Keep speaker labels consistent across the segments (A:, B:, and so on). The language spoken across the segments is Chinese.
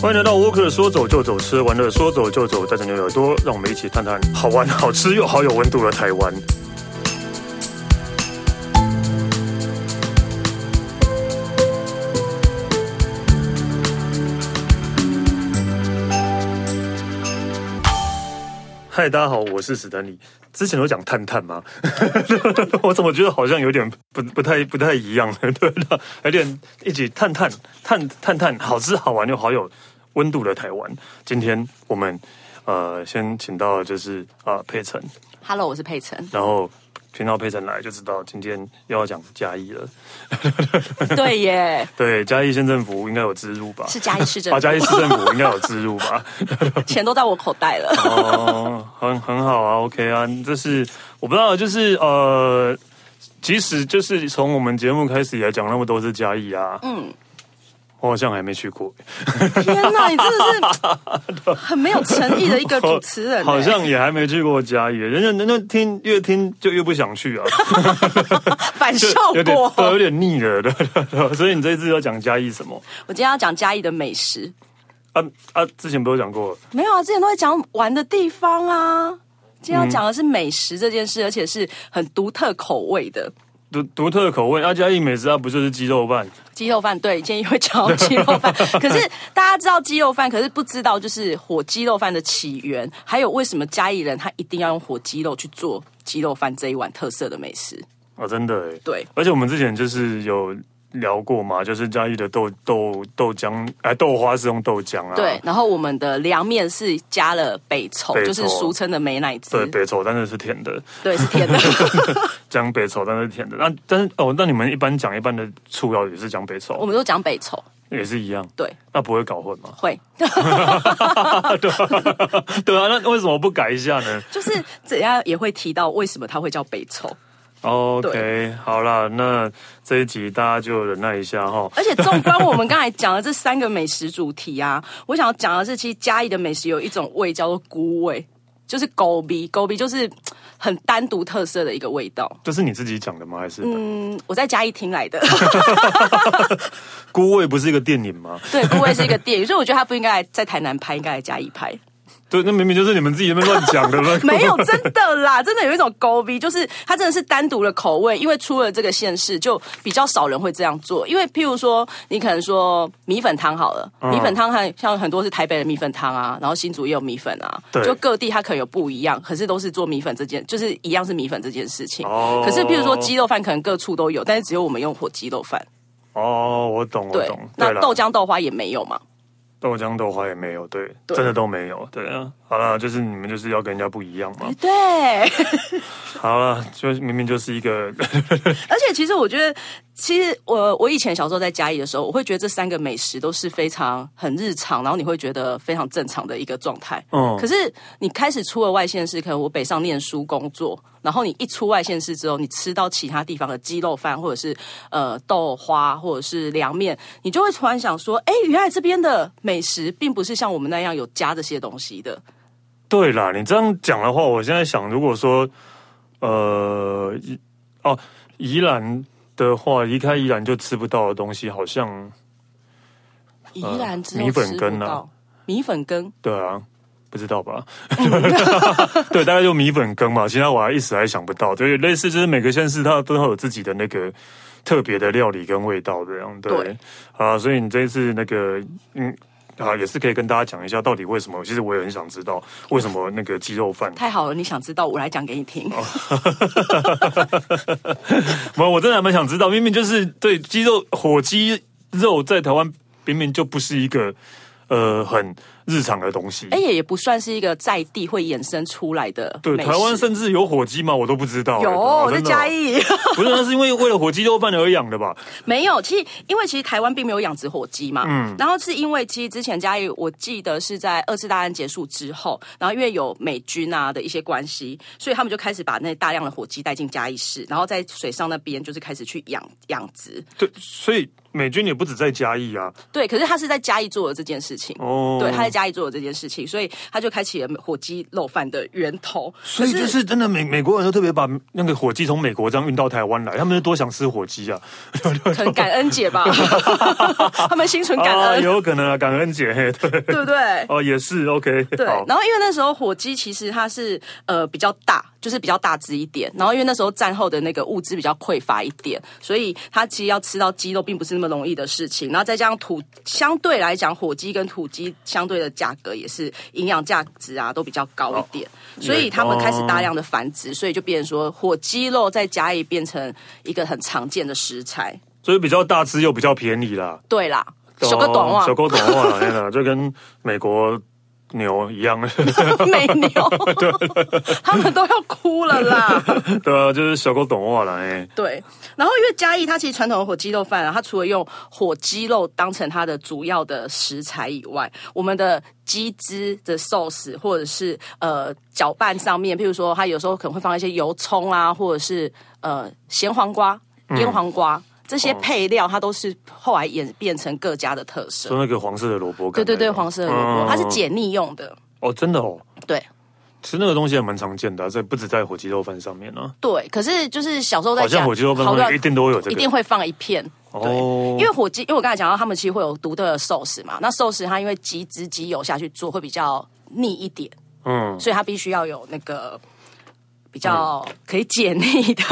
A: 欢迎来到沃克，说走就走，吃玩乐说走就走，带着你的耳朵，让我们一起探探好玩、好吃又好有温度的台湾。 嗨，大家好，我是史丹利。之前有讲探探吗？ 我怎么觉得好像有点不不太不太一样 了，对的，有点一起探探探探探，好吃好玩又好有温度的台湾。今天我们呃先请到就是啊、呃佩晨，。
B: Hello，我是佩晨
A: 然后听到佩晨来就知道今天又要讲嘉义了。
B: 对耶，
A: 对，嘉义县政府应该有植入吧？
B: 是嘉义市政府
A: 啊，嘉义市政府应该有植入吧？
B: 钱都在我口袋了。
A: 哦，很很好啊，OK 啊，这是我不知道，就是呃，即使就是从我们节目开始也讲那么多是嘉义啊，嗯，我好像还没去过，
B: 天哪，你真的是 很没有诚意的一个主持人耶。欸
A: 好像也还没去过嘉义，人家人家听越听就越不想去 啊，
B: 反效
A: 有点
B: 果。
A: 对有点腻了，对对对，所以你这次要讲嘉义什么？
B: 我今天要讲嘉义的美食，
A: 啊啊，之前不是讲过了，
B: 没有啊，之前都在讲玩的地方啊。今天要讲的是美食这件事，而且是很独特口味的
A: 独独特的口味，啊，嘉义美食啊，不就是鸡肉饭？
B: 鸡肉饭。对，今天会讲到鸡肉 饭，可是大家知道鸡肉饭，可是不知道就是火鸡肉饭的起源，还有为什么嘉义人他一定要用火鸡肉去做鸡肉饭这一碗特色的美食。
A: 哦，真的哎，
B: 对，
A: 而且我们之前就是有聊过嘛，就是嘉义的豆豆豆浆，哎，豆花是用豆浆啊，
B: 对，然后我们的凉面是加了北丑，
A: 北丑
B: 就是俗称的美乃滋
A: 对，，北丑，但是是甜的，
B: 对，是甜的。
A: 讲北丑，但是是甜的。那但是哦，那你们一般讲一般的醋料也是讲北
B: 我
A: 丑，
B: 们都讲北丑，
A: 也是一样，
B: 对，？
A: 那不会搞混吗
B: 会
A: 对啊， 对啊，那为什么不改一下呢
B: 就是怎样也会提到为什么它会叫北丑，
A: ？OK，好啦，那这一集大家就忍耐一下哈。
B: 而且纵观我们刚才讲的这三个美食主题啊， 我想要讲的是，其实嘉义的美食有一种味叫做菇味，就是狗鼻，狗鼻就是嘖很单独特色的一个味道。
A: 这是你自己讲的吗？还是
B: 嗯，我在嘉义听来的，
A: 孤味不是一个电影吗？
B: 对，菇味是一个电影，所以我觉得它不应该来在台南拍，应该来嘉义拍。
A: 对，那明明就是你们自己那边乱讲 的了。
B: 没 有，真的啦，真的有一种勾逼，就是它真的是单独的口味，因为出了这个县市，就比较少人会这样做。因为譬如说，你可能说米粉汤好了，
A: 嗯
B: 米粉汤还像很多是台北的米粉汤啊，然后新竹也有米粉啊
A: 对，
B: 就各地它可能有不一样，可是都是做米粉这件，就是一样是米粉这件事情。
A: 哦
B: 可是譬如说鸡肉饭，可能各处都有，但是只有我们用火鸡肉饭。
A: 哦，我懂，我
B: 对
A: 懂。，
B: 那
A: 对啦
B: 豆浆豆花也没有嘛。
A: 豆浆豆花也没有，对，
B: 对
A: 真的都没有，对啊。好了，就是你们就是要跟人家不一样嘛。
B: 对，
A: 好了，就是明明就是一 个，
B: 而且其实我觉得，其实我我以前小时候在嘉义的时候，我会觉得这三个美食都是非常很日常，然后你会觉得非常正常的一个状态。
A: 嗯
B: 可是你开始出了外县市，可能我北上念书工作，然后你一出外县市之后，你吃到其他地方的鸡肉饭，或者是呃豆花，或者是凉面，你就会突然想说，哎，原来这边的美食并不是像我们那样有加这些东西的。
A: 对啦。你这样讲的话，我现在想，如果说，呃，宜哦，宜兰的话，离开宜兰就吃不到的东西，好像
B: 宜兰之后
A: 哦米粉
B: 吃不
A: 羹啊
B: 到米粉羹，
A: 对啊。不知道吧？
B: 嗯
A: 对，大概就米粉羹嘛，其他我还一时还想不到。对，类似就是每个县市它都会有自己的那个特别的料理跟味道这样。对
B: 对，
A: 啊，所以你这一次那个，嗯，啊，也是可以跟大家讲一下到底为什么。其实我也很想知道为什么那个鸡肉饭，
B: 太好了，你想知道，我来讲给你听。
A: 我我真的还蛮想知道，明明就是对鸡肉火鸡肉在台湾明明就不是一个呃很日常的东西。
B: 哎、也也不算是一个在地会衍生出来的
A: 对，
B: 美
A: 台湾
B: 食
A: 甚至有火鸡吗？我都不知道。
B: 有
A: 哦
B: 我在
A: 真的哦
B: 嘉义
A: 不是，那是因为为了火鸡肉饭而养的吧？
B: 没有，其实因为其实台湾并没有养殖火鸡嘛，嗯，然后是因为其实之前嘉义我记得是在二次大战结束之后，然后因为有美军啊的一些关系，所以他们就开始把那大量的火鸡带进嘉义市，然后在水上那边就是开始去养养殖，
A: 对，所以美军也不止在嘉义啊。
B: 对，可是他是在嘉义做的这件事情。
A: 哦，
B: 对，他在
A: 嘉
B: 嘉义做了这件事情，所以他就开启了火鸡肉饭的源头。
A: 所以
B: 可
A: 就是真的美美国人都特别把那个火鸡从美国这样运到台湾来，他们是多想吃火鸡啊！
B: 可能感 恩节吧，他们心存 感
A: 啊，
B: 恩，
A: 有可能啊，感恩节嘿对
B: 对不对？
A: 哦，也是 OK
B: 对，
A: 好
B: 然后因为那时候火鸡其实它是呃比较大，就是比较大只一点。然后因为那时候战后的那个物资比较匮乏一点，所以它其实要吃到鸡肉并不是那么容易的事情。然后再加上土，相对来讲火鸡跟土鸡相对的价格也是营养价值啊都比较高一
A: 哦
B: 点，所以他们开始大量的繁殖，所以就变成说火鸡肉在家里变成一个很常见的食材。
A: 所以比较大只又比较便宜啦。啊
B: 对啦，小个短袜
A: 小，狗短袜啦，天哪，就跟美国牛一样，
B: 美牛，他们都要哭了啦。
A: 对啊，就是小狗短袜啦，哎，
B: 对，然后因为嘉义它其实传统的火鸡肉饭啊，它除了用火鸡肉当成它的主要的食材以外，我们的鸡汁的 sauce 或者是呃搅拌上面，譬如说它有时候可能会放一些油葱啊，或者是呃咸黄瓜、
A: 嗯
B: 腌黄瓜、这些配料，它都是后来演变成各家的特色。
A: 说那个黄色的萝卜干
B: 对
A: 那个，
B: 对对，黄色的萝卜，
A: 嗯
B: 它是解腻用的。
A: 哦，真的哦，
B: 对
A: 吃那个东西还蛮常见的啊，在不止在火鸡肉饭上面啊呢，
B: 对，可是就是小时候在
A: 好
B: 家，
A: 像火鸡肉饭上
B: 好
A: 面
B: 多
A: 一定都会有这
B: 一
A: 个，
B: 定会放一片。对，
A: 哦
B: 因为火鸡，因为我刚才讲到，他们其实会有独特的寿司嘛。那寿司它因为鸡汁鸡油下去做会比较腻一点，
A: 嗯，
B: 所以它必须要有那个比较可以解 腻的。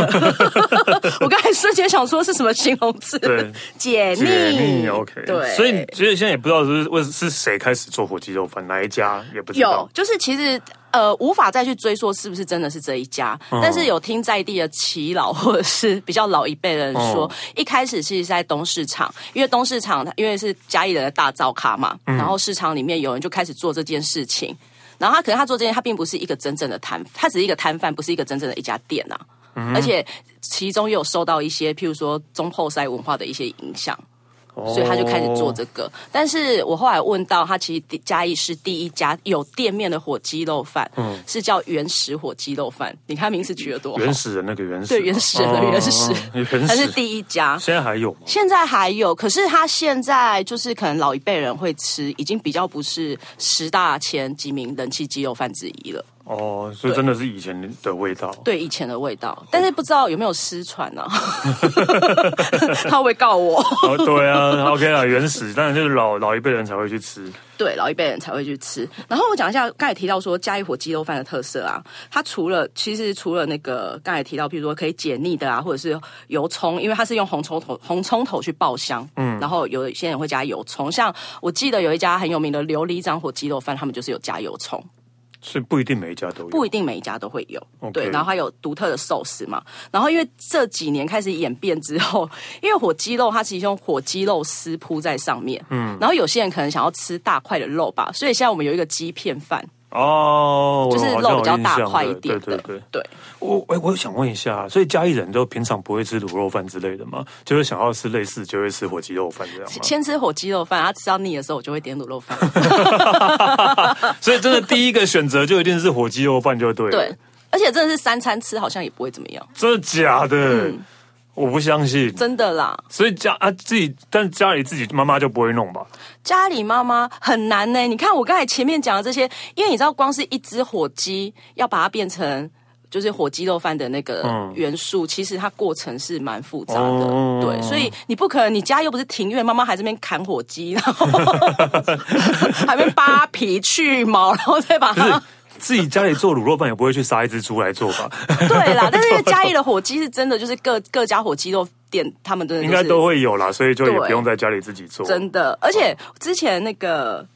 B: 我刚才瞬间想说是什么形容词？
A: 对，
B: 解腻。
A: 解腻 OK，
B: 对，
A: 所以所以现在也不知道是为是谁开始做火鸡肉饭，哪一家也不知
B: 有
A: 道，，
B: 就是其实呃无法再去追溯是不是真的是这一家，
A: 嗯
B: 但是有听在地的耆老或者是比较老一辈的人说，
A: 嗯
B: 一开始其实是在东市场，因为东市场它因为是嘉义人的大灶咖嘛，
A: 嗯
B: 然后市场里面有人就开始做这件事情。然后他可能他做这件，他并不是一个真正的摊，他只是一个摊贩，不是一个真正的一家店呐、啊。
A: 嗯
B: 而且其中也有受到一些，譬如说中后塞文化的一些影响。
A: 哦
B: 所以他就开始做这个。但是我后来问到他，其实第嘉义是第一家有店面的火鸡肉饭，是叫原始火鸡肉饭。你看名字取得多好，
A: 嗯原始人那个 原始，
B: 对原始人的原始
A: 哦原
B: 它是
A: 始，
B: 第一家。
A: 现在还有吗？
B: 现在还有，可是他现在就是可能老一辈人会吃，已经比较不是十大前几名人气鸡肉饭之一了。
A: 哦，所以
B: 对
A: 真的是以前的味道。
B: 对以前的味道，但是不知道有没有失传呢、 他会不会告我。
A: 哦，对啊，OK 啦，原始，当然就是老老一辈人才会去吃。
B: 对，老一辈人才会去吃。然后我讲一下刚才提到说嘉义火鸡肉饭的特色啊，它除了其实除了那个刚才提到，譬如说可以解腻的啊，或者是油葱，因为它是用红葱头红葱头去爆香，嗯，然后有一些人会加油葱，像我记得有一家很有名的琉璃掌火鸡肉饭，他们就是有加油葱，
A: 所以不一定每一家都有。
B: 不一定每一家都会有。
A: OK
B: 对，然后它有独特的寿司嘛。然后因为这几年开始演变之后， 因为火鸡肉它其实用火鸡肉丝铺在上面，嗯，然后有些人可能想要吃大块的肉吧，所以现在我们有一个鸡片饭，
A: 哦，
B: 就是
A: 我好像
B: 肉比较
A: 有印象
B: 大块一
A: 对
B: 点的，
A: 对对对，
B: 对
A: 我哎，我想问一下，所以嘉义人都平常不会吃卤肉饭之类的吗？就是想要吃类似，就会吃火鸡肉饭这样吗？
B: 先吃火鸡肉饭，他吃到腻的时候，我就会点卤肉饭。
A: 所以真的第一个选择就一定是火鸡肉饭，就对了。
B: 对，而且真的是三餐吃，好像也不会怎么样，
A: 真的假的？
B: 嗯
A: 我不相信。
B: 真的啦。
A: 所以家啊自己，但家里自己妈妈就不会弄吧？
B: 家里妈妈很难呢、你看我刚才前面讲的这些，因为你知道，光是一只火鸡要把它变成。就是火鸡肉饭的那个元素，其实它过程是蛮复杂的，
A: 嗯哦
B: 对，所以你不可能，你家又不是庭院，妈妈还这边砍火鸡，然 后还边扒皮去毛，然后再把
A: 不是
B: 它。
A: 自己家里做卤肉饭也不会去杀一只猪来做 吧？
B: 对啦，但是因为嘉义的火鸡是真的，就是各各家火鸡肉店，他们真的、就
A: 应
B: 是、
A: 该都会有啦，所以就也
B: 对
A: 不用在家里自己做。
B: 真的，而且之前那个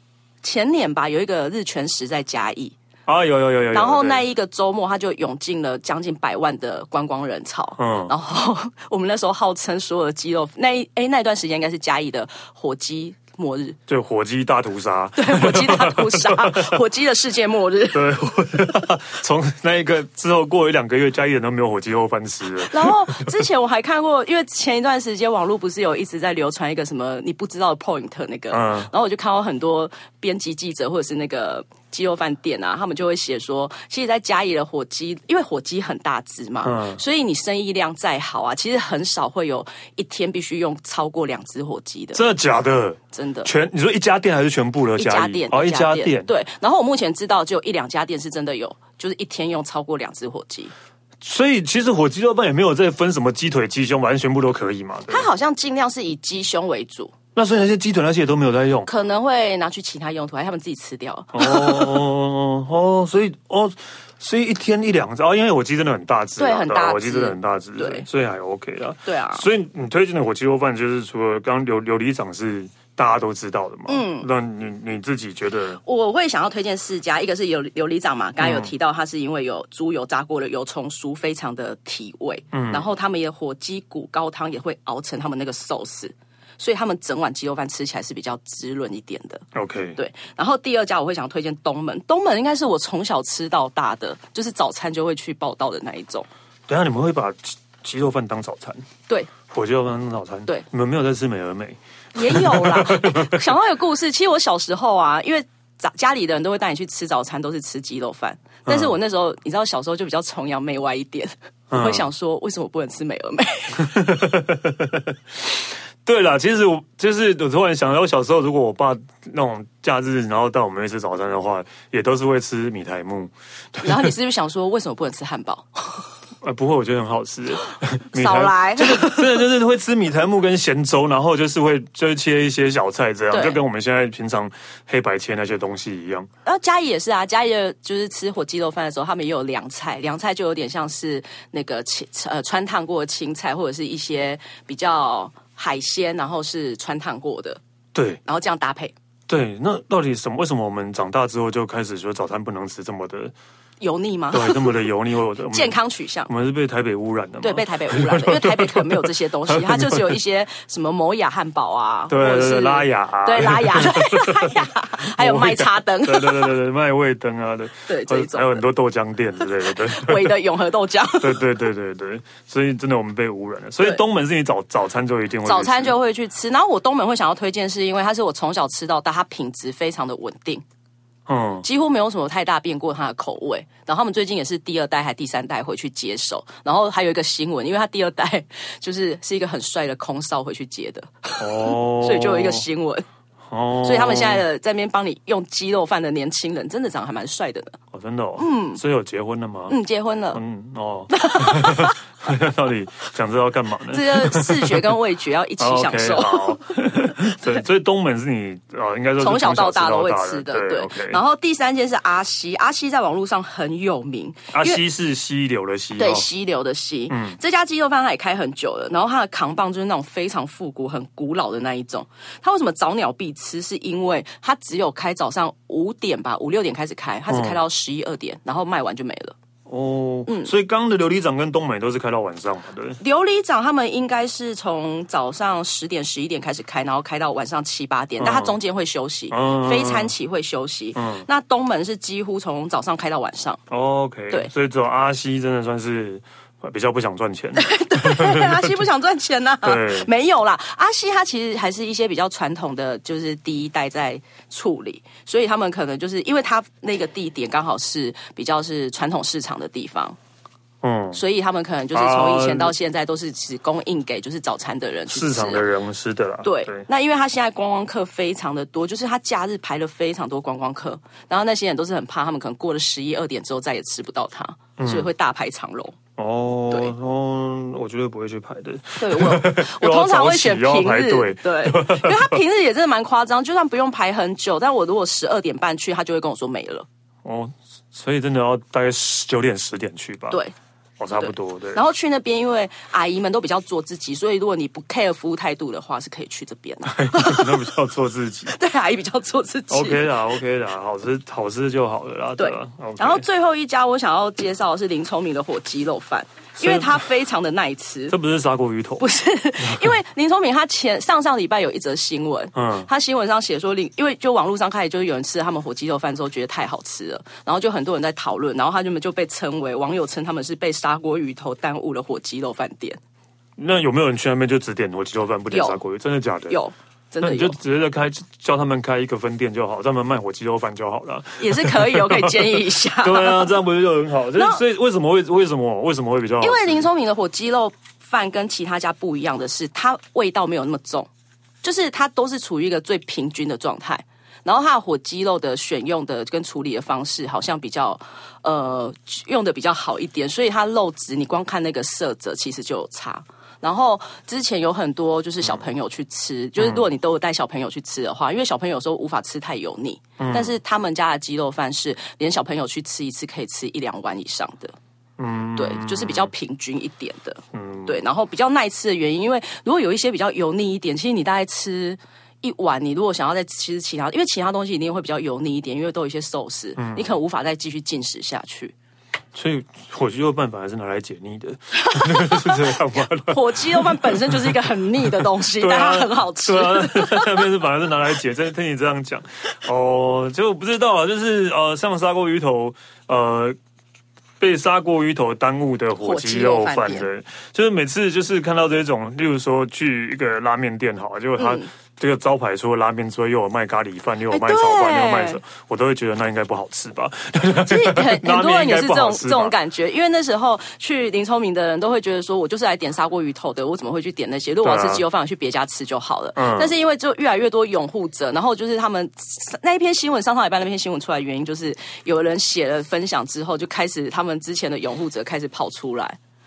B: 前年吧，有一个日全食在嘉义，
A: 啊，有有有有有。
B: 然后那
A: 对
B: 一个周末，他就涌进了将近百万的观光人潮。
A: 嗯
B: 嗯，然后我们那时候号称所有的鸡肉，那一哎那一段时间应该是嘉义的火鸡末日，
A: 对火鸡大屠杀，
B: 对，火鸡大屠 杀，火鸡的世界末日。
A: 对，我 从那一个之后过一两个月，家里人都没有火鸡肉饭吃了。
B: 然后之前我还看过，因为前一段时间网络不是有一直在流传一个什么你不知道的 point 那个，
A: 嗯
B: 然后我就看到很多编辑记者或者是那个鸡肉饭店啊，他们就会写说，其实，在嘉义的火鸡，因为火鸡很大只嘛，
A: 嗯
B: 所以你生意量再好啊，其实很少会有一天必须用超过两只火鸡的，
A: 真的假的？
B: 真的。
A: 全你说一家店还是全部的
B: 一
A: 嘉义
B: 家店，
A: 哦，一家店，
B: 对。然后我目前知道只有一两家店是真的有，就是一天用超过两只火鸡。
A: 所以其实火鸡肉饭也没有再分什么鸡腿、鸡胸，反正全部都可以嘛。对
B: 它好像尽量是以鸡胸为主，
A: 那所以那些鸡腿那些也都没有在用。
B: 可能会拿去其他用途，还是他们自己吃掉了。
A: 哦哦，所以哦，所以一天一两只哦，因为火鸡真的很大只啊，
B: 对很大只
A: 火鸡真的很大只，
B: 对
A: 所以还 OK 啦。
B: 对啊，
A: 所以你推荐的火鸡肉饭，就是除了刚刚琉琉璃厂是大家都知道的嘛，嗯，那你你自己觉得
B: 我会想要推荐四家，一个是有琉璃掌嘛，刚刚有提到它是因为有猪油炸过的油葱酥，非常的提味。嗯，然后他们也火鸡骨高汤也会熬成他们那个寿司，所以他们整碗鸡肉饭吃起来是比较滋润一点的。
A: OK？
B: 对，然后第二家我会想推荐东门，东门应该是我从小吃到大的，就是早餐就会去报道的那一种。
A: 等一下你们会把鸡鸡肉饭当早餐，
B: 对，
A: 火鸡肉饭当早餐，
B: 对
A: 你们没有在吃美而美，
B: 也有啦。 欸想到一个故事，其实我小时候啊，因为家家里的人都会带你去吃早餐，都是吃鸡肉饭。但是我那时候，你知道，小时候就比较崇洋媚外一点，我会想说，为什么我不能吃美而美？
A: 对啦，其实我就是我突然想到，我小时候如果我爸那种假日，然后带我们去吃早餐的话，也都是会吃米苔木。
B: 然后你是不是想说，为什么不能吃汉堡？
A: 呃，不会，我觉得很好吃。 米苔
B: 少 来，
A: 真的就是会吃米苔木跟咸粥，然后就是会就是切一些小菜，这样
B: 对
A: 就跟我们现在平常黑白切那些东西一样。
B: 然后嘉义也是 啊，嘉义的就是吃火鸡肉饭的时候，他们也有凉菜，凉菜就有点像是那个青呃穿烫过的青菜，或者是一些比较海鲜，然后是穿烫过的，
A: 对
B: 然后这样搭配
A: 对，那到底什么？为什么我们长大之后就开始说早餐不能吃这么的
B: 油腻吗？
A: 对，这么的油腻？我我们
B: 健康取向
A: 我。们是被台北污染的嘛？
B: 对，被 台北污染了，因为台北可能没有这些东西，它就只有一些什么某雅汉堡啊，
A: 对
B: 或者是
A: 对拉雅啊
B: 对拉雅，对拉雅，还有卖叉灯，
A: 对对对对对，卖味灯啊，对
B: 对这一种
A: 还有很多豆浆店之类的，对。
B: 尾的永和豆 浆。
A: 对对对对对，所以真的我们被污染了。所以
B: 对
A: 东门是你早早餐就一定会去吃
B: 早餐就会去吃，然后我东门会想要推荐，是因为它是我从小吃到大，它品质非常的稳定，
A: 嗯，
B: 几乎没有什么太大变过它的口味。然后他们最近也是第二代还第三代回去接手，然后还有一个新闻，因为他第二代 就是是一个很帅的空少回去接的，
A: 哦，
B: 所以就有一个新闻。
A: 哦，
B: 所以他们现在的在那边帮你用鸡肉饭的年轻人，真的长得还蛮帅的呢。
A: 哦真的哦，嗯，所以有结婚了吗？
B: 嗯，结婚了，
A: 嗯 哦， 到底想知道干嘛呢？哦
B: 这个视觉跟味觉要 一起享受
A: OK，。好， 对，所以东门是你呃，应该说是
B: 从小到
A: 从
B: 大都
A: 小
B: 会
A: 到
B: 吃的，
A: 对。
B: 对。
A: OK
B: 然后第三间是阿西，阿西在网络上很有名，
A: 阿
B: 因为
A: 西是溪流的溪，
B: 对
A: 哦
B: 溪流的溪。这家鸡肉饭它也开很久了，然后它的扛棒就是那种非常复古、很古老的那一种。它为什么早鸟必吃？是因为它只有开早上五点吧，五六点开始开，它只开到十一二点，然后卖完就没了。
A: 哦，
B: 嗯
A: 所以刚刚的琉璃掌跟东美都是开到晚上嘛，对。
B: 琉璃掌他们应该是从早上十点、十一点开始开，然后开到晚上七八点，但它中间会休息，
A: 嗯
B: 非餐期会休息。那东门是几乎从早上开到 晚上，
A: OK，
B: 对
A: 所以只有阿西真的算是呃比较不想赚钱，
B: 阿西不想赚钱呐、
A: 对
B: 没有啦。阿西他其实还是一些比较传统的，就是第一代在处理，所以他们可能就是因为他那个地点刚好是比较是传统市场的地方，
A: 嗯，
B: 所以他们可能就是从以前
A: 啊
B: 到现在都是只供应给就是早餐的人去吃啊
A: 市场的人是的啦，
B: 对，那因为他现在观光客非常的多，就是他假日排了非常多观光客，然后那些人都是很怕，他们可能过了十一二点之后再也吃不到他，
A: 嗯
B: 所以会大排长龙。
A: 哦
B: 对
A: 哦，我绝对不会去排队，
B: 对我，我
A: 又要
B: 通常会选
A: 早起又要
B: 平
A: 排
B: 日，
A: 队
B: 对，因为他平日也真的蛮夸张，就算不用排很久，但我如果十二点半去，他就会跟我说没了。
A: 哦，所以真的要大概十九点十点去吧，，
B: 对，
A: 哦，差不多，对，
B: 然后去那边，因为阿姨们都比较做自己，所以如果你不 care 服务态度的话，是可以去这边的、
A: 那比较做自己
B: 对，阿姨比较做自己。
A: ，OK 啦，OK 啦，好吃好吃就好了啦，
B: 对
A: 吧？OK 啊
B: 然后最后一家我想要介绍的是林聪明的火鸡肉饭，因为它非常的耐 吃。
A: 这不是砂锅鱼头，
B: 不是， 因为林聪明他前上上礼拜有一则新闻，
A: 嗯
B: 嗯，他新闻上写说林，因为就网络上开始就是有人吃他们火鸡肉饭之后觉得太好吃了，然后就很多人在讨论，然后他们就被称为网友称他们是被砂锅鱼头耽误了火鸡肉饭店，
A: 那有没有人去那边就只点火鸡肉饭不点
B: 有
A: 砂锅鱼？真的假的？
B: 有真
A: 那
B: 的
A: 你就
B: 有。
A: 直接开叫他们开一个分店就好，专门卖火鸡肉饭就好了。
B: 也是可以哦，可以建议一下。
A: 对啊，这样不是就很好？就是
B: 那
A: 所以为什么会为什么为什么会比较好吃？
B: 因为林聪明的火鸡肉饭跟其他家不一样的是，它味道没有那么重，就是它都是处于一个最平均的状态。然后它的火鸡肉的选用的跟处理的方式好像比较，呃，用的比较好一点，所以它肉质你光看那个色泽其实就有差。然后之前有很多就是小朋友去吃，就是如果你都有带小朋友去吃的话，因为小朋友有时候无法吃太油腻，但是他们家的鸡肉饭是连小朋友去吃一次可以吃一两碗以上的。对，
A: 嗯
B: 就是比较平均一点的，对，然后比较耐吃的原因，因为如果有一些比较油腻一点，其实你大概吃。一碗，你如果想要再吃其他，因为其他东西一定会比较油腻一点，因为都有一些寿司，
A: 嗯
B: 你可能无法再继续进食下去。
A: 所以火鸡肉饭反而是拿来解 腻的， 是这样吗？
B: 火鸡肉饭本身就是一个很腻的 东西，但它很好吃。
A: 啊对啊，那边是反而是拿来解，真的听你这样讲，哦，就不知道啊，就是呃，像砂锅鱼头，呃。被砂锅鱼头耽误的火鸡肉
B: 火
A: 饭
B: 鸡肉饭
A: 的，就是每次就是看到这种，例如说去一个拉面店好了，结果他
B: 嗯
A: 这个招牌说拉面之外又有卖咖喱饭，又有
B: 哎
A: 卖炒饭，
B: 对
A: 又有卖什么，我都会觉得那应该不好吃吧？
B: 其实 很
A: 拉面
B: 很多人也
A: 应该
B: 是这
A: 不好
B: 种
A: 吃吧
B: 这种感觉，因为那时候去林聪明的人都会觉得说，我就是来点砂锅鱼头的，我怎么会去点那些？如果我要
A: 对啊
B: 吃鸡肉饭，我去别家吃就好了。
A: 嗯
B: 但是因为就越来越多拥护者，然后就是他们那一篇新闻上上礼拜那篇新闻出来，原因就是有人写了分享之后，就开始他们之前的拥护者开始跑出来。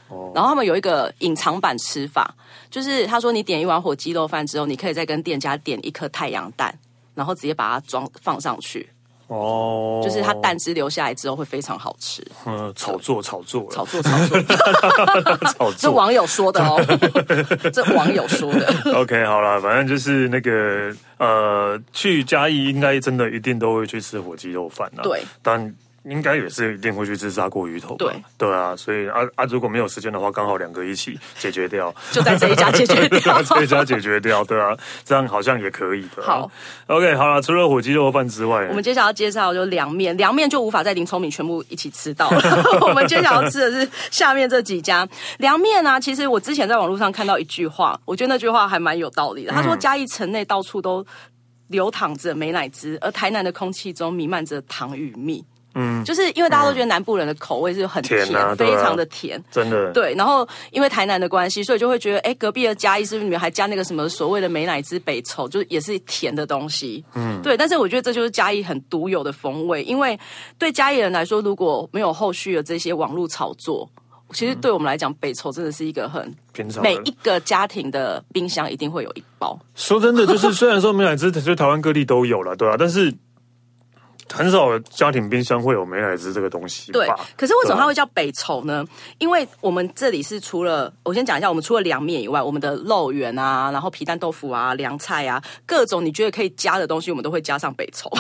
A: 哦
B: 然后他们有一个隐藏版吃法，就是他说你点一碗火鸡肉饭之后，你可以再跟店家点一颗太阳蛋，然后直接把它装放上去，
A: 哦，
B: 就是它蛋汁留下来之后会非常好吃。
A: 嗯炒作炒作了
B: 炒作炒作，
A: 炒
B: 这
A: 作
B: 网友说的哦，这网友说的。
A: OK，好了，反正就是那个呃，去嘉义应该真的一定都会去吃火鸡肉饭啊。
B: 对，
A: 但应该也是一定会去吃砂锅鱼头吧。
B: 对，
A: 对啊，所以啊啊，如果没有时间的话，刚好两个一起解决掉，
B: 就在这一家解决 掉
A: 对啊这一家解决掉，对啊，这样好像也可以的啊、
B: 好
A: ，OK，好了，除了火鸡肉饭之外，
B: 我们接下来要介绍就凉面，凉面就无法在林聪明全部一起吃到了。 我们接下来要吃的是下面这几家凉面啊。其实我之前在网络上看到一句话，我觉得那句话还蛮有道理的。他
A: 嗯
B: 说嘉义城内到处都流淌着美乃滋，而台南的空气中弥漫着糖与蜜。嗯，就是因为大家都觉得南部人的口味是很甜，
A: 甜啊对
B: 非
A: 啊
B: 常的甜。
A: 真的
B: 对，然后因为台南的关系，所以就会觉得，哎，隔壁的嘉义是不是里面还加那个什么所谓的美乃滋北丑，就是也是甜的东西。嗯，对，但是我觉得这就是嘉义很独有的风味，因为对嘉义人来说，如果没有后续的这些网络炒作。其实对我们来讲，北丑真的是一个很
A: 平常的
B: 每一个家庭的冰箱一定会有一包。
A: 说真的，就是虽然说美乃滋，就台湾各地都有了，对啊，但是很少有家庭冰箱会有美乃滋这个东西吧。
B: 对，可是为什么
A: 对啊
B: 它会叫北丑呢？因为我们这里是除了我先讲一下，我们除了凉面以外，我们的肉圆啊，然后皮蛋豆腐啊、凉菜啊，各种你觉得可以加的东西，我们都会加上北 丑。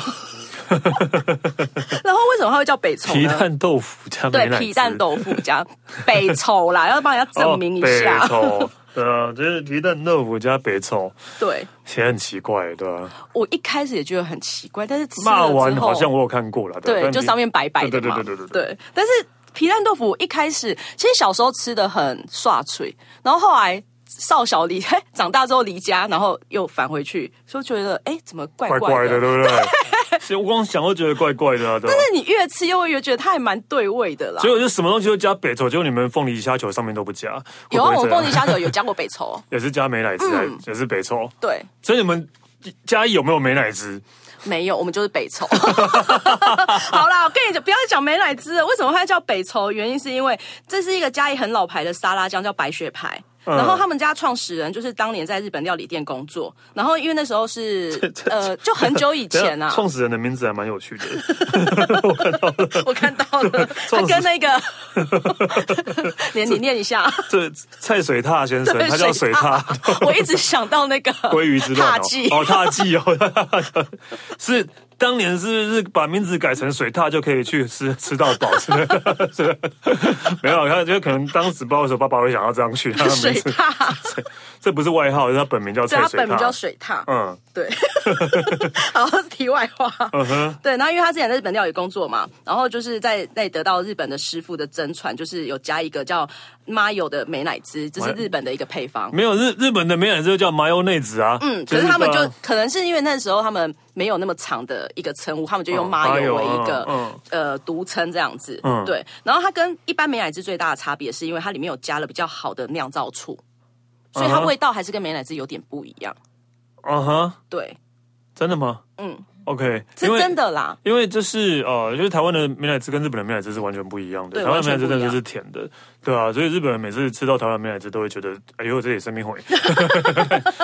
B: 然后为什么它会叫北丑
A: 皮
B: 呢？
A: 蛋豆腐加美
B: 对，
A: 乃滋
B: 皮蛋豆腐加北 丑啦，要帮人家证明一下。
A: 哦、北丑，对啊，就是皮蛋豆腐加北丑，
B: 对
A: 也很奇怪，对吧、啊？
B: 我一开始也觉得很奇怪，但是吃
A: 骂
B: 了
A: 完
B: 之后
A: 好像我有看过了，
B: 对，
A: 但
B: 就
A: 皮
B: 上面白白
A: 对
B: 的
A: 对
B: 嘛。
A: 对对对对
B: 但是皮蛋豆腐一开始，其实小时候吃的很刷嘴，然后后来少小离，嘿， 长大之后离家，然后又返回去，就觉得哎，怎么怪
A: 怪
B: 怪
A: 怪的，
B: 的？
A: 对不对？其实我光想都觉得怪怪的啊，对吧？
B: 但是你越吃又会越觉得它还蛮对味的啦
A: 结。果就什么东西都加北丑，结果你们凤梨虾球上面都不加，会
B: 有
A: 不
B: 啊，
A: 会
B: 我
A: 这
B: 们凤梨嗯
A: 样
B: 虾球有加过北丑，
A: 也是加美乃滋，还也是北丑，
B: 对，
A: 所以你们嘉义有没有美乃滋？
B: 没有，我们就是 北丑。好啦，我跟你讲，不要再讲美乃滋了。为什么它叫北丑？原因是因为这是一个嘉义很老牌的沙拉酱，叫白雪牌。
A: 嗯
B: 然后他们家创始人就是当年在日本料理店工作，然后因为那时 候是呃，就很久以前
A: 等一
B: 啊
A: 下，创始人的名字还蛮有趣的，
B: 我看到了，他
A: 创始
B: 跟那个， 连你念一下，
A: 这蔡水踏先生，
B: 对
A: 他叫水踏，，
B: 我一直想到那个
A: 鲑鱼之乱
B: 踏
A: 哦
B: 迹，
A: 哦，踏迹哦，是当年是不是把名字改成水獭就可以去吃吃到饱？是的，是的 没有，他就可能当时包的时候，爸爸会想要这样 去。他
B: 水
A: 没事
B: 獭，
A: 这不是外号，是他本名叫蔡
B: 对他
A: 水
B: 本名叫
A: 獭。
B: 水獭，
A: 嗯
B: 对， 好，题外话。对，然后因为他之前在日本料理工作嘛，然后就是在那里得到日本的师傅的真传，就是有加一个叫妈油的美乃滋，这是日本的一个配方。
A: 没有日日本的美乃滋就叫麻油内子啊，
B: 嗯，可是他们
A: 把
B: 就可能是因为那时候他们没有那么长的一个称呼，他们就用
A: 嗯
B: 妈
A: 麻
B: 油
A: 油
B: 为一个、
A: 嗯
B: 呃独称这样子。
A: 嗯
B: 对。然后它跟一般美乃滋最大的差别是因为它里面有加了比较好的酿造醋，所以它
A: 嗯哼
B: 味道还是跟美乃滋有点不一样。
A: 嗯哼，
B: 对，
A: 真的吗
B: 嗯，
A: ？OK，
B: 是
A: 因为
B: 真的啦。
A: 因为就是呃，就是台湾的美乃滋跟日本的美乃滋是完全不一样的。
B: 对
A: 台湾
B: 完
A: 的美
B: 全
A: 乃
B: 不
A: 滋真
B: 一样
A: 的就是甜的，对啊，所以日本人每次吃到台湾美乃滋都会觉得，哎呦，这也生命毁。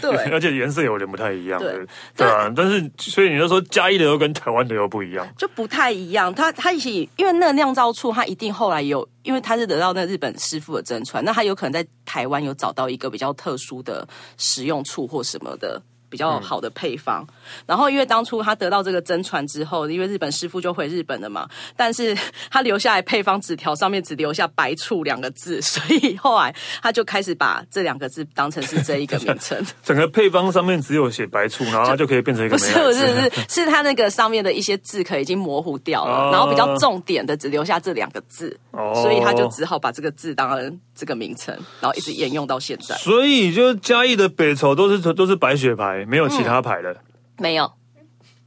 B: 对，
A: 而且颜色有点不太一样，
B: 对
A: 对对啊。但是所以你就说嘉义的又跟台湾的又不一样，
B: 就不太一样。它它一起，因为那个酿造处，它一定后来有，因为它是得到那日本师傅的真传，那它有可能在台湾有找到一个比较特殊的食用处或什么的。比较好的配方，然后因为当初他得到这个真传之后，因为日本师傅就回日本了嘛，但是他留下来配方纸条上面只留下“白醋”两个字，所以后来他就开始把这两个字当成是这一个名称。
A: 整个配方上面只有写白醋，然后它就可以变成一个
B: 不
A: 美
B: 是
A: 乃
B: 不是
A: 滋。
B: 不是，是它那个上面的一些字可能已经模糊掉了，
A: 哦
B: 然后比较重点的只留下这两个字，
A: 哦
B: 所以他就只好把这个字当成这个名称，然后一直沿用到现在。
A: 所以就嘉义的北丑都是都是白雪牌，没有其他牌
B: 嗯
A: 的。
B: 没有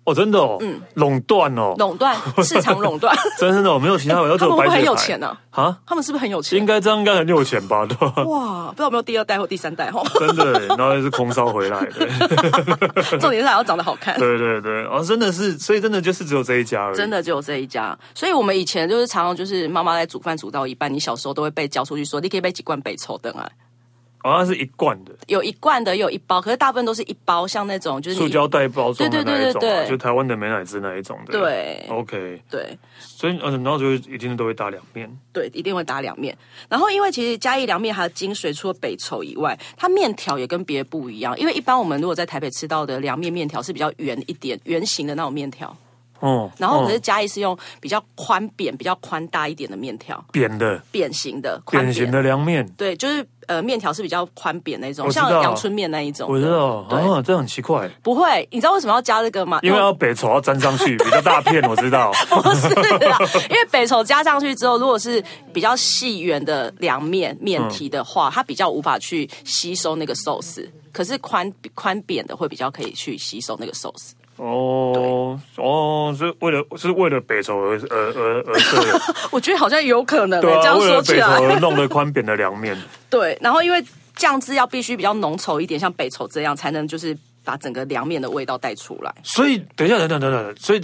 A: 哦，真的哦，
B: 嗯
A: 垄断哦，
B: 垄断，市场垄断，
A: 真的哦，没有其他牌，都只
B: 他
A: 有
B: 们会
A: 白雪牌。
B: 不会很有钱呢、
A: 啊？
B: 他们是不是很有钱？
A: 应该这样应该很有钱吧？对 吧？
B: 哇，不知道有没有第二代或第三代 哦。
A: 真的耶，然后又是空烧回来 的，
B: 重点是还要长得好看。
A: 对对对，哦，真的是，所以真的就是只有这一家而已，
B: 真的只有这一家，所以我们以前就是常常就是妈妈在煮饭煮到一半，你小时候都会被教出去说，你可以被几罐北抽灯啊，
A: 好哦像是一罐的
B: 有一罐的，有一包，可是大部分都是一包，像那种就是你
A: 塑胶袋包装的
B: 对对
A: 那
B: 对
A: 一种
B: 对
A: 啊，
B: 对
A: 就台湾的美乃滋那一种的，
B: 对
A: ，OK，
B: 对
A: 所以嗯，然后就一定都会打两面，
B: 对，一定会打凉面。然后，因为其实嘉义凉面还有精髓，除了北丑以外，它面条也跟别的不一样。因为一般我们如果在台北吃到的凉面面条是比较圆一点、圆形的那种面条，
A: 哦，
B: 然后可是
A: 哦
B: 嘉义是用比较宽扁、比较宽大一点的面条，
A: 扁的
B: 扁形的、宽
A: 扁形的凉面，
B: 对，就是呃面条是比较宽扁那种，
A: 我知道
B: 像阳春面那一种的。
A: 我知道
B: 对，
A: 啊，这很奇怪，
B: 不会，你知道为什么要加这个吗？
A: 因为要北丑要粘上 去比较大片，我知道，
B: 不是啦，因为北丑加上去之后，如果是比较细圆的凉面面体的话，它比较无法去吸收那个寿司。可是宽宽扁的会比较可以去吸收那个寿司。
A: 哦哦，是为了是为了北丑而而而而设的，
B: 我觉得好像有可能、欸
A: 对
B: 这
A: 啊，
B: 样
A: 为
B: 说
A: 了
B: 起
A: 北丑
B: 来，
A: 而弄了宽扁的凉 面。
B: 对。然后因为酱汁要必须比较浓稠一点，像北丑这样，才能就是把整个凉面的味道带出来。
A: 所以，等一下，等等等等，所以，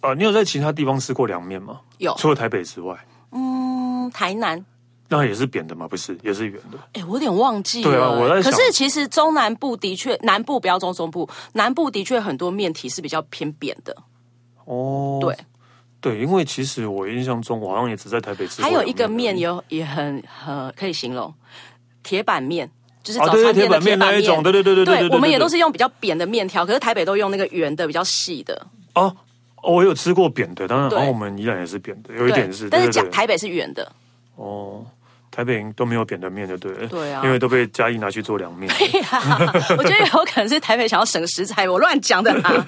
A: 呃，你有在其他地方吃过凉面吗？
B: 有
A: 除了台北之外，
B: 嗯，台南，
A: 那也是扁的吗？不是，也是圆的。
B: 哎、我有点忘记了、
A: 对啊我在
B: 可
A: 想
B: 是其实中南部的确，南部不要中中部，南部的确很多面体是比较偏扁的。
A: 哦，
B: 对，
A: 对，因为其实我印象中，我好像也只在台北吃过
B: 还
A: 凉而已。
B: 有一个面也有也很很可以形容，铁板面，就是
A: 啊，
B: 早
A: 对对，
B: 餐
A: 铁
B: 店的
A: 板
B: 铁
A: 面
B: 板
A: 那一种，对对对对对
B: 对，我们也都是用比较扁的面条，可是台北都用那个圆的比较细的，
A: 哦。哦我有吃过扁的，当然，
B: 对
A: 然后我们宜兰也是扁的，有一
B: 对
A: 点是，
B: 但是
A: 对对
B: 讲
A: 对
B: 台北是圆的，
A: 哦，台北都没有扁的面就对了，
B: 对啊
A: 因为都被嘉义拿去做凉面。
B: 我觉得有可能是台北想要省食材，我乱讲的 啦。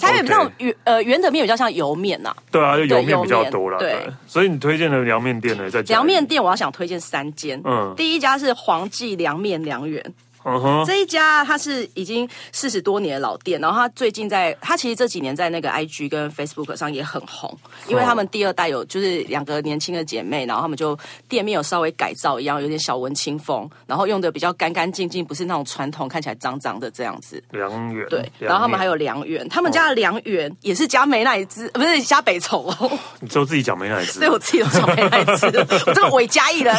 B: 台北比较
A: OK
B: 圆呃圆的面比较像油面呐、
A: 对啊，就油面
B: 油
A: 比较
B: 面
A: 多啦。
B: 对，
A: 所以你推荐的凉面店呢，在嘉义
B: 凉面，店我要想推荐三间，
A: 嗯
B: 第一家是黄记凉面凉园，
A: 嗯哼，
B: 这一家它是已经四十多年的老店，然后它最近在，它其实这几年在那个 IG 跟 Facebook 上也很红，因为他们第二代有就是两个年轻的姐妹，然后他们就店面有稍微改造一样，有点小文青风，然后用的比较干干净净，不是那种传统看起来脏脏的这样子。
A: 凉园
B: 对，
A: 凉
B: 然后他们
A: 面
B: 还有良园，他们家的良园也是加美乃滋，呃不是加北丑哦，
A: 你只有自己讲没奶汁，
B: 对我自己都讲美乃滋，我这个伪嘉义人。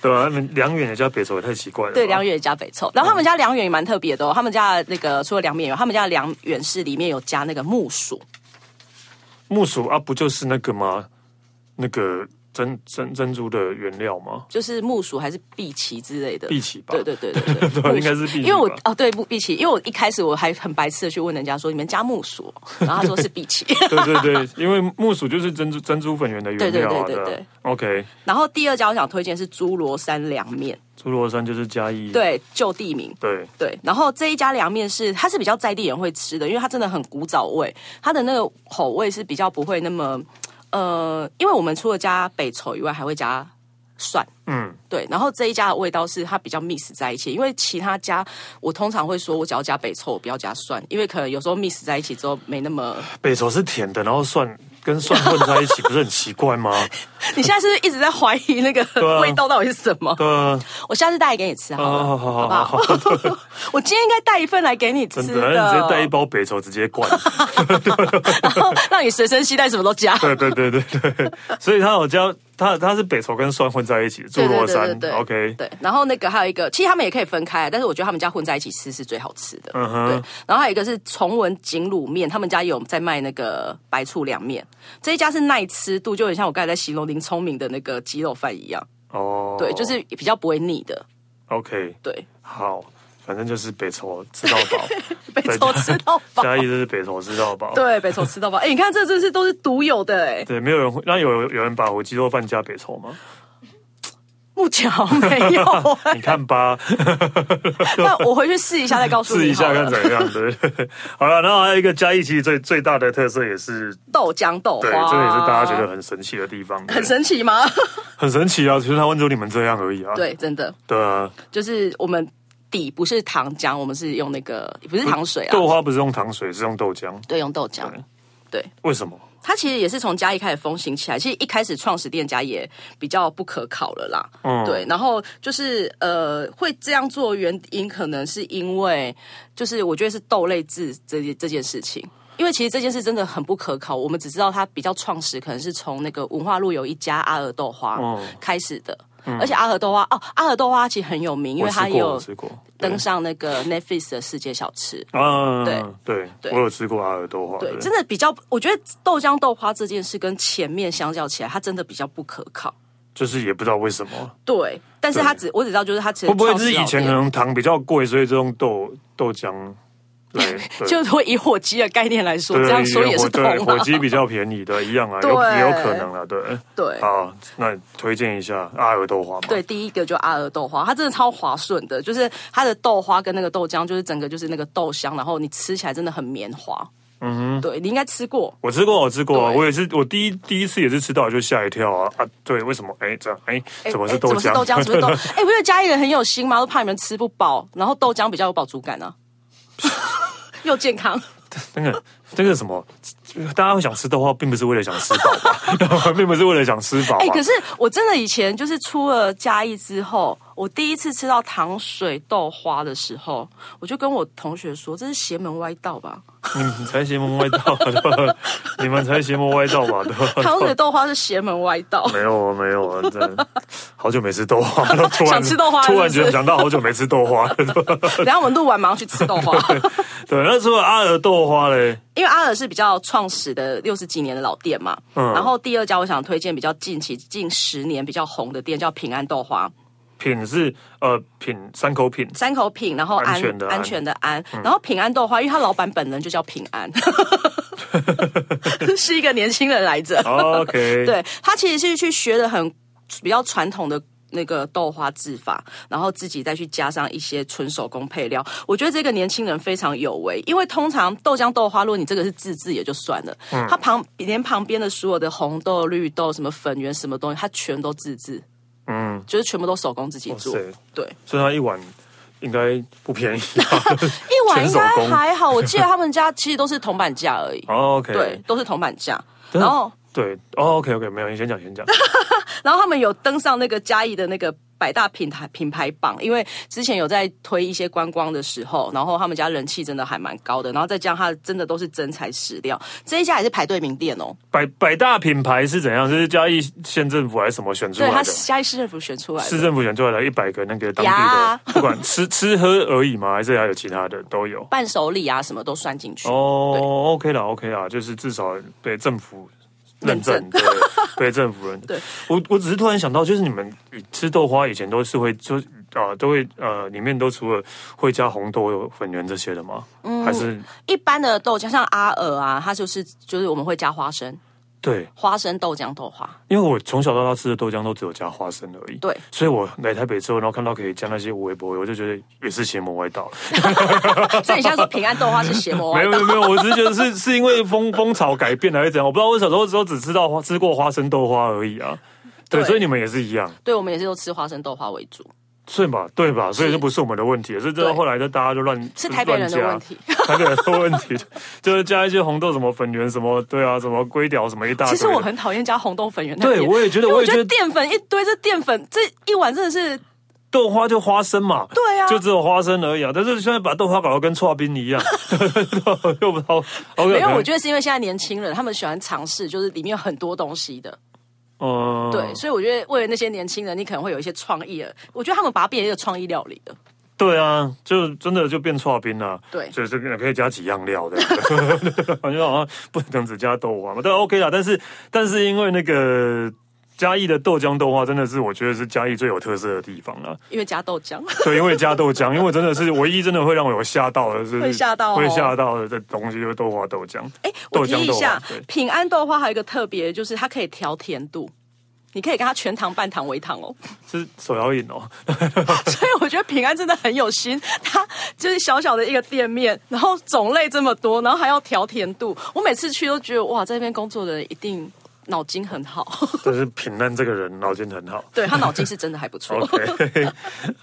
A: 对啊，梁远也叫北丑，也太奇怪了吧。啊
B: 对，凉园也加北臭。然后他们家凉园也蛮特别的哦，他们家的那个除了凉面以外，他们家的凉园是里面有加那个木薯，
A: 木薯啊，不就是那个吗？那个珍珍珍珠的原料吗？
B: 就是木薯还是碧琪之类的。
A: 碧琪吧，
B: 对对对对对，
A: 对吧，应该是碧琪吧。
B: 因为我哦对不碧琪，因为我一开始我还很白痴的去问人家说你们家木薯，然后他说是碧琪。
A: 对对对，因为木薯就是珍珠珍珠粉圆的原料啊。
B: 对对对对
A: 对
B: 对
A: OK，
B: 然后第二家我想推荐是猪罗山凉面，
A: 猪罗山就是嘉义。
B: 对，就地名。
A: 对，
B: 对，然后这一家凉面是它是比较在地人会吃的，因为它真的很古早味，它的那个口味是比较不会那么呃，因为我们除了加北丑以外，还会加蒜。
A: 嗯，
B: 对，然后这一家的味道是它比较 mix 在一起，因为其他家我通常会说我只要加北臭，我不要加蒜，因为可能有时候 mix 在一起之后没那么。
A: 北畴是甜的，然后蒜跟蒜混在一起，不是很奇怪吗？
B: 你现在是不是一直在怀疑那个
A: 啊
B: 味道到底是什么？
A: 对啊，哦
B: 我下次带给你吃好了，
A: 好
B: 好
A: 好
B: 不
A: 好
B: 好
A: 好？
B: 我今天应该带一份来给你吃
A: 真的，
B: 的，
A: 那你直接带一包北畴直接灌。
B: 然后 让你随身携带什么都加。
A: 对对对对对，所以它有加，它它是北畴跟蒜混在一起，
B: 对
A: 猪
B: 对
A: 罗
B: 对对
A: 山
B: 对。
A: OK，
B: 对，然后那个还有一个，其实他们也可以分开，但是我觉得他们家混在一起吃是最好吃的。
A: 嗯哼
B: 对，然后还有一个是崇文锦卤面，他们家有在卖那个白醋凉面，这一家是耐吃度，就很像我刚才在形容林聪明的那个鸡肉饭一样，
A: 哦，
B: 对，就是比较不会腻的，
A: OK，
B: 对，
A: 好，反正就是北畴吃到 饱，
B: 北丑吃到 饱，
A: 嘉义就是北畴吃到饱。
B: 对，北丑吃到饱，哎，你看这真是都是独有的哎，
A: 对，没有人会，那有有人把我鸡肉饭加北畴 吗？
B: 木桥没 有哎，
A: 你看 吧，
B: 那我回去试一下再告诉你，
A: 试一下看。怎样。对，
B: 啊
A: 好了，然后还有一个嘉义其实最最大的特色也是，
B: 豆浆豆花，
A: 对，这个也是大家觉得很神奇的地方，对
B: 很神 奇吗？
A: 很神奇啊！全台湾只有你们这样而已啊。
B: 对，真的。
A: 对啊，
B: 就是我们底不是糖浆，我们是用那个不是糖水啊，
A: 豆花不是用糖水，是用豆浆，
B: 对，用豆浆。
A: 为什么？
B: 它其实也是从嘉义开始风行起来，其实一开始创始店家也比较不可考了啦。
A: 嗯
B: 对，然后就是呃，会这样做原因可能是因为，就是我觉得是豆类制这件这件事情。因为其实这件事真的很不可考，我们只知道它比较创始，可能是从那个文化路有一家阿尔豆花
A: 嗯
B: 开始的，而且阿尔豆花哦，阿尔豆花其实很有名，因
A: 我
B: 为
A: 吃
B: 它
A: 过，我
B: 有
A: 吃过。
B: 登上那个 Netflix 的世界小吃。
A: 啊，
B: 对
A: 对
B: 对
A: 我有吃过阿尔豆花，
B: 对，真的比较，我觉得豆浆豆花这件事跟前面相较起来，它真的比较不可靠。
A: 就是也不知道为什么，
B: 对，但是它只我只知道就是它其实
A: 会不会
B: 创
A: 就是
B: 始
A: 以前可
B: 老
A: 能糖比较贵，所以就用豆豆 浆来，对
B: 店就如果以火鸡的概念来说，
A: 对
B: 这样说也是
A: 对
B: 通啊。
A: 火鸡比较便宜的，一样啊，有
B: 对
A: 也有可能啊，对。
B: 对
A: 好，那推荐一下阿尔豆花嘛，
B: 对，第一个就阿尔豆花，它真的超滑顺的，就是它的豆花跟那个豆浆，就是整个就是那个豆香，然后你吃起来真的很绵滑。嗯哼，对你应该吃过，
A: 我吃过，我吃过，啊
B: 对
A: 我也是，我第一第一次也是吃到就吓一跳啊啊！对，为什么？哎，这样哎，怎么
B: 哎
A: 是豆浆？啊
B: 怎么是豆浆？怎么是豆？哎、不是嘉义人很有心吗？都怕你们吃不饱，然后豆浆比较有饱足感啊， 又健康。
A: 那个那个什么，大家会想吃豆花，并不是为了想吃饱吧， 并不是为了想吃饱吧。
B: 哎、可是我真的以前就是出了嘉义之后，我第一次吃到糖水豆花的时候，我就跟我同学说，这是邪门歪 道吧？
A: 你们才邪门歪道，对 吧你们才邪门歪道吧？对吧
B: 糖水豆花是邪门歪 道。
A: 没有啊，没有啊，真的好久没吃豆花了，突然
B: 想吃豆花
A: 突然
B: 是不是
A: 觉得想到好久没吃豆花了。对吧
B: 等一下我们录完马上去吃豆花，
A: 对，那除了阿尔豆花嘞，
B: 因为阿尔是比较创始的六十几年的老店嘛。
A: 嗯
B: 然后第二家我想推荐比较近期近十年比较红的店叫平安豆花。
A: 品是呃品山口品，
B: 三口品，然后安
A: 安全的安嗯
B: 安全的安，然后平安豆花，因为他老板本人就叫平 安，是一个年轻人来
A: 哦
B: 着。
A: OK，，
B: 对他其实是去学的很比较传统的。那个豆花制法，然后自己再去加上一些纯手工配料，我觉得这个年轻人非常有为，因为通常豆浆豆花，如果你这个是自制也就算了，
A: 嗯
B: 它旁连旁边的所有的红豆、绿豆、什么粉圆、什么东西，它全都自制，
A: 嗯，
B: 就是全部都手工自己
A: 哇
B: 做
A: 塞。，
B: 对，
A: 所以它一碗应该不便宜
B: 一碗应该
A: 全手工，
B: 还好，我记得他们家其实都是铜板价而已
A: ，OK，啊
B: 对，都是铜板价。
A: 对啊
B: 然后，
A: 对，OK OK，没有，你先讲先讲，
B: 然后他们有登上那个嘉义的那个百大品牌品牌榜，因为之前有在推一些观光的时候，然后他们家人气真的还蛮高的，然后再加上它真的都是真材实料，这一家也是排队名店哦，
A: 百百大品牌是怎样？就是嘉义县政府还是什啊么选出
B: 对，
A: 来
B: 它
A: 的？
B: 是嘉义市政府选出来
A: 市
B: 的。
A: 政府选出来了一百个那个当地
B: 呀
A: 的，不管 吃吃喝而已吗？还是还有其他的都有？哦
B: 伴手礼啊，什么都算进去。
A: 哦、o k 啦，OK 啦，就是至少被政府认证，对 对政府认证。
B: 对，
A: 我我只是突然想到，就是你们呃吃豆花以前都是会就啊、都会呃里面都除了会加红豆粉圆这些的吗？
B: 嗯
A: 还是
B: 一般的豆浆像阿尔啊，它就是就是我们会加花生，
A: 对？
B: 花生豆浆豆花，
A: 因为我从小到大吃的豆浆都只有加花生而已。
B: 对，
A: 所以我来台北之后，然后看到可以加那些微波，我就觉得也是邪魔歪道。
B: 所以你现在说平安豆花是邪魔啊
A: 没
B: 歪
A: 有
B: 道
A: 没有没有，我只是觉得是 是因为风风潮改变还是怎样，我不知道。我小时候只有只吃到花吃过花生豆花而已啊。对，
B: 对
A: 所以你们也是一样，
B: 对，我们也是都吃花生豆花为主，
A: 对吧？对吧？所以
B: 嗯是
A: 这不是我们的问题，是这
B: 对
A: 后来的大家就乱
B: 是台北人的问，题。
A: 乱加 台北人的问题就是加一些红豆什么粉圆什么，对啊，什么龟屌什么一大堆
B: 其
A: 的。
B: 实我很讨厌加红豆粉圆那边，
A: 对，我也觉得，
B: 因为
A: 我
B: 我
A: 也
B: 觉
A: 觉
B: 得
A: 得
B: 淀粉一堆，这淀粉这一碗真的是
A: 豆花就花生嘛，
B: 对啊
A: 就只有花生而已啊。但是现在把豆花搞得跟刨冰一样， 又不知道。没
B: 没有，我觉得是因为现在年轻人他们喜欢尝试，就是里面有很多东西的，
A: 得，嗯，
B: 对，所以我觉得为了那些年轻人，你可能会有一些创意了。我觉得他们把它变成一个创意料理了。
A: 对啊，就真的就变刨冰了。
B: 对
A: 所以这个可以加几样料的， 感觉好像啊不能只加豆花嘛。但 OK 啦，但是但是因为那个。嘉义的豆浆豆花真的是，我觉得是嘉义最有特色的地方了、
B: 因为加豆浆，
A: 对，因为加豆浆，因为真的是唯一真的会让我有吓到的，是
B: 会吓到哦
A: 会吓到的东西就是豆花豆浆。
B: 哎，
A: 豆
B: 我
A: 浆
B: 提一下
A: 豆花对，
B: 平安豆花还有一个特别，就是它可以调甜度，你可以跟它全糖、半糖、微糖哦。
A: 是手摇饮哦，
B: 所以我觉得平安真的很有心，它就是小小的一个店面，然后种类这么多，然后还要调甜度。我每次去都觉得哇，在那边工作的人一定脑筋很 好，
A: 但是平安这个人脑筋很好。
B: 对他脑筋是真的还不错。
A: OK，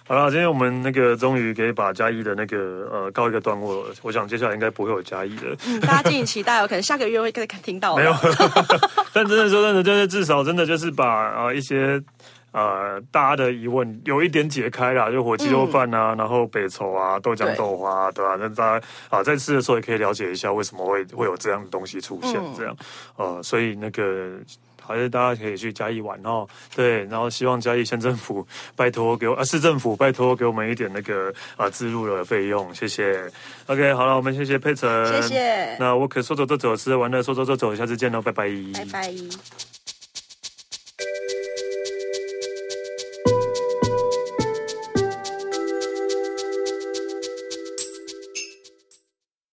A: 好了，今天我们那个终于可以把嘉义的那个呃告一个段落了。我想接下来应该不会有嘉义了。
B: 嗯大家敬请期待哦，可能下个月会听到。
A: 没有， 但真的说真的，就是至少真的就是把呃一些呃大家的疑问有一点解开啦，就火鸡肉饭啊，然后北丑啊，豆浆
B: 对
A: 豆花、啊，对吧、那大家啊在吃的时候也可以了解一下为什么会会有这样的东西出现，这样呃，所以那个。还是大家可以去嘉义玩哦，对，然后希望嘉义县政府 拜托给我啊，市政府拜托给我们一点那个啊自入的费用，谢谢。OK，好了，我们谢谢佩晨，
B: 谢谢
A: 那我可说走就走，吃完了说走就走，下次见喽，拜拜，
B: 拜拜。